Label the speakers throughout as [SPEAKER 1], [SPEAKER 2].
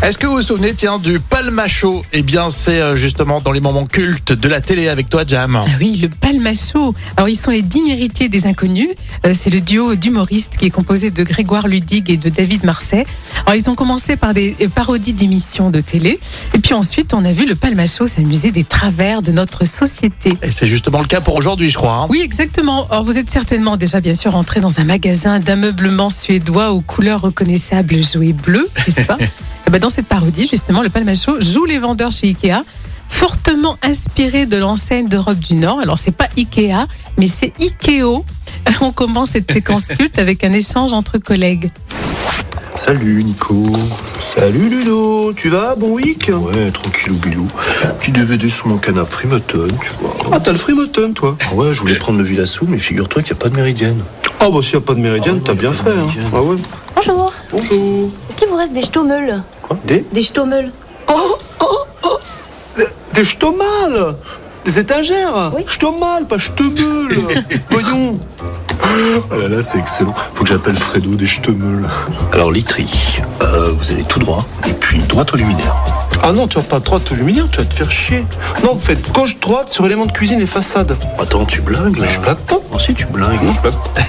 [SPEAKER 1] Est-ce que vous vous souvenez, tiens, du palmacho Eh bien, c'est euh, justement dans les moments cultes de la télé avec toi, Jam.
[SPEAKER 2] Ah oui, le Palmacho. Alors, ils sont les dignes héritiers des inconnus. Euh, c'est le duo d'humoristes qui est composé de Grégoire Ludig et de David Marseille. Alors, ils ont commencé par des euh, parodies d'émissions de télé. Et puis ensuite, on a vu le Palmacho s'amuser des travers de notre société.
[SPEAKER 1] Et c'est justement le cas pour aujourd'hui, je crois. hein.
[SPEAKER 2] Oui, exactement. Or, vous êtes certainement déjà, bien sûr, entré dans un magasin d'ameublement suédois aux couleurs reconnaissables jouées bleues, n'est-ce pas Eh ben, Dans cette parodie, justement, le Palmacho joue les vendeurs chez Ikea, fortement inspiré de l'enseigne d'Europe du Nord. Alors, c'est pas Ikea, mais c'est Ikeo. On commence cette séquence culte avec un échange entre collègues.
[SPEAKER 3] Salut Nico.
[SPEAKER 4] Salut Ludo, tu vas Bon week
[SPEAKER 3] Ouais, tranquille ou bilou. Petit DVD sur mon canapé Freematon, tu vois.
[SPEAKER 4] Ah, t'as le Freematon, toi
[SPEAKER 3] Ah ouais, je voulais prendre le Villassou, mais figure-toi qu'il n'y a pas de méridienne.
[SPEAKER 4] Ah, bah, s'il n'y a pas de méridienne, t'as bien fait. Hein. Ah, ouais.
[SPEAKER 5] Bonjour.
[SPEAKER 4] Bonjour.
[SPEAKER 5] Est-ce qu'il vous reste des stommels
[SPEAKER 4] Quoi Des
[SPEAKER 5] Des stommels
[SPEAKER 4] Des ch'tomales Des étagères
[SPEAKER 5] Oui.
[SPEAKER 4] Ch'tomales, pas ch'temeule Voyons
[SPEAKER 3] Oh là là, c'est excellent. Faut que j'appelle Fredo des Ch'temeules. Alors, Litry, euh, vous allez tout droit, et puis droite au luminaire.
[SPEAKER 4] Ah non, tu vas pas droite au luminaire, tu vas te faire chier. Non, vous faites gauche-droite sur éléments de cuisine et façade.
[SPEAKER 3] Attends, tu blagues là
[SPEAKER 4] Mais je blague pas.
[SPEAKER 3] Oh, si, tu blagues.
[SPEAKER 4] Non, je blague pas.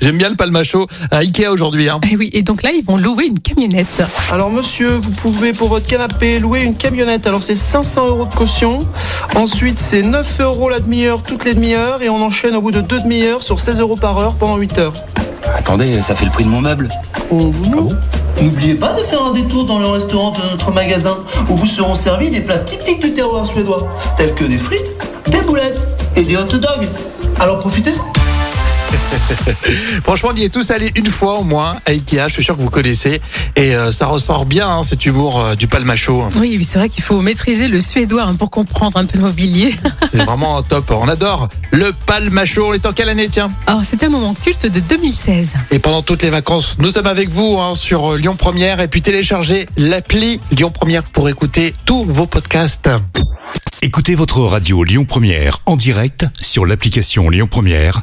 [SPEAKER 1] J'aime bien le palmacho à Ikea aujourd'hui. hein.
[SPEAKER 2] Et Eh oui, et donc là, ils vont louer une camionnette.
[SPEAKER 4] Alors, monsieur, vous pouvez pour votre canapé louer une camionnette. Alors, c'est 500 euros de caution. Ensuite, c'est 9 euros la demi-heure toutes les demi-heures. Et on enchaîne au bout de deux demi-heures sur 16 euros par heure pendant 8 heures.
[SPEAKER 6] Attendez, ça fait le prix de mon meuble.
[SPEAKER 7] N'oubliez pas de faire un détour dans le restaurant de notre magasin, où vous seront servis des plats typiques du terroir suédois, tels que des frites, des boulettes et des hot dogs. Alors profitez-en
[SPEAKER 1] Franchement, on y est tous allés une fois au moins à Ikea. Je suis sûr que vous connaissez. Et euh, ça ressort bien, hein, cet humour euh, du palmacho.
[SPEAKER 2] Oui, oui, c'est vrai qu'il faut maîtriser le suédois hein, pour comprendre un peu le mobilier.
[SPEAKER 1] C'est vraiment top. On adore le palmacho. On est en quelle année, tiens
[SPEAKER 2] Alors, c'est un moment culte de 2016.
[SPEAKER 1] Et pendant toutes les vacances, nous sommes avec vous hein, sur Lyon Première et puis téléchargez l'appli Lyon Première pour écouter tous vos podcasts.
[SPEAKER 8] Écoutez votre radio Lyon Première en direct sur l'application Lyon Première,